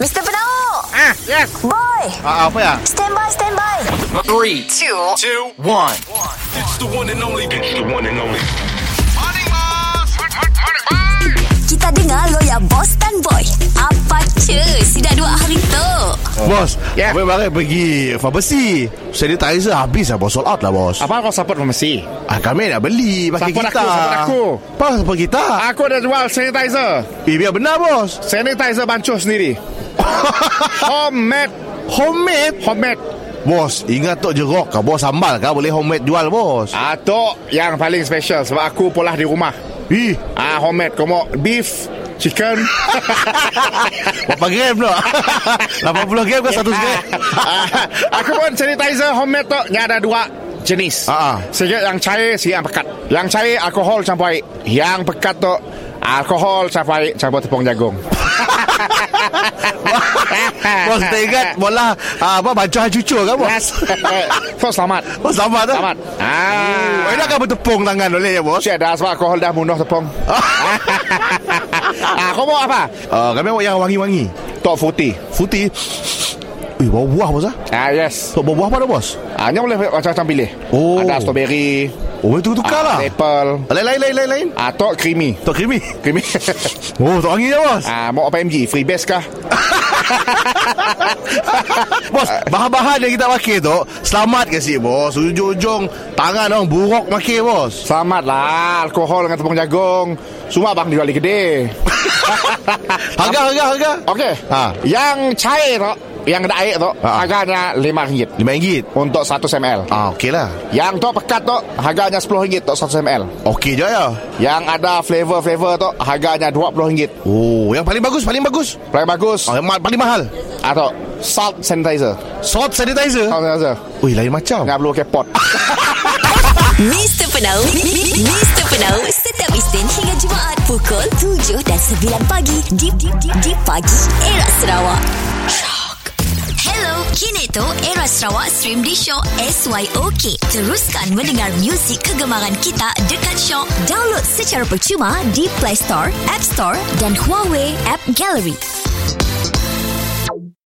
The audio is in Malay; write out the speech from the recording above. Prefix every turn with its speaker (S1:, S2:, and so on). S1: Mr. Penau
S2: Ah, yes.
S1: Boy
S2: Ah, apa ya?
S1: Stand by, stand by
S3: Three, two, two, one.
S4: It's the one and only. It's the one and only.
S1: Kita dengar lo ya boss dan boy Apa cuy Sudah dua hari tu
S5: Bos
S2: Ya.
S5: Abang Barat pergi Farmasi Sanitizer habis lah bos Sold out lah bos
S2: Apa kau support farmasi?
S5: ah, Kami nak beli Pakai
S2: Support
S5: kita
S2: aku, support aku.
S5: Apa support kita
S2: Aku dah jual sanitizer.
S5: Eh biar benar bos
S2: Sanitizer bancuh sendiri. homemade.
S5: Homemade
S2: Homemade.
S5: Bos Ingat Tok Jerok kah Bos sambal kah Boleh homemade jual bos
S2: Atok yang paling special sebab aku polah di rumah.
S5: Ih
S2: Ah, homemade. Komo beef, chicken.
S5: Berapa gram tu 80 gram ke 100 gram
S2: Ah, aku pun sanitizer homemade tu. Ni ada dua jenis.
S5: Ah, ah.
S2: Sikit yang cair, sikit yang pekat. Yang cair alkohol campur air. Yang pekat tu alkohol campur air, campur tepung jagung.
S5: Bos tak ingat Bola ah, Apa Bancuhan cucu kah bos
S2: Yes. so selamat.
S5: Bos sambal tu
S2: Selamat. Ah.
S5: Oh, Enak kan bertepung tangan boleh ya bos
S2: Cik dah sebab alkohol dah bunuh tepung. ah, kau mau apa?
S5: Ah, Kami awak yang wangi-wangi
S2: Tok Futi.
S5: Putih Eh bau buah bos ah
S2: Ah, yes.
S5: Tok bau buah apa tu bos
S2: Ah, ni boleh macam-macam pilih.
S5: Oh.
S2: Ada strawberry. ah,
S5: Oh itu tukar lah
S2: Apple.
S5: Lain lain lain lain lain
S2: Ah, tok creamy.
S5: Tok krimi
S2: Creamy.
S5: Oh tok angin je bos
S2: ah, mau apa MG? Free base kah?
S5: Bos Bahan-bahan yang kita pakai tu Selamat ke sih bos Ujung-ujung Tangan orang buruk pakai bos
S2: Selamat lah. Alkohol dengan tepung jagung. Semua abang dijual di gede.
S5: Harga harga harga
S2: Okey.
S5: Ah.
S2: Yang cair tu, yang ada air tu,
S5: Ah.
S2: harganya RM5
S5: RM5
S2: untuk 1 ml.
S5: Ah okey lah
S2: Yang tu pekat tu harganya RM10 untuk 1 ml.
S5: Okey je ya
S2: Yang ada flavor-flavor tu harganya RM20.
S5: Oh yang paling bagus Paling bagus
S2: Paling bagus
S5: oh, Yang ma- paling mahal
S2: atau salt sanitizer.
S5: Salt sanitizer
S2: Salt sanitizer.
S5: Ui lain macam
S2: Nggak perlu kepot.
S1: Mr. Penau Mr. Penau Setiap Isnin hingga Jumaat Pukul 7 dan 9 pagi Di, di, di, di pagi Era Sarawak Shock Hello, kini tu Era Sarawak stream di Shock SYOK. Teruskan mendengar muzik kegemaran kita dekat Shock. Download secara percuma di Play Store, App Store dan Huawei App Gallery.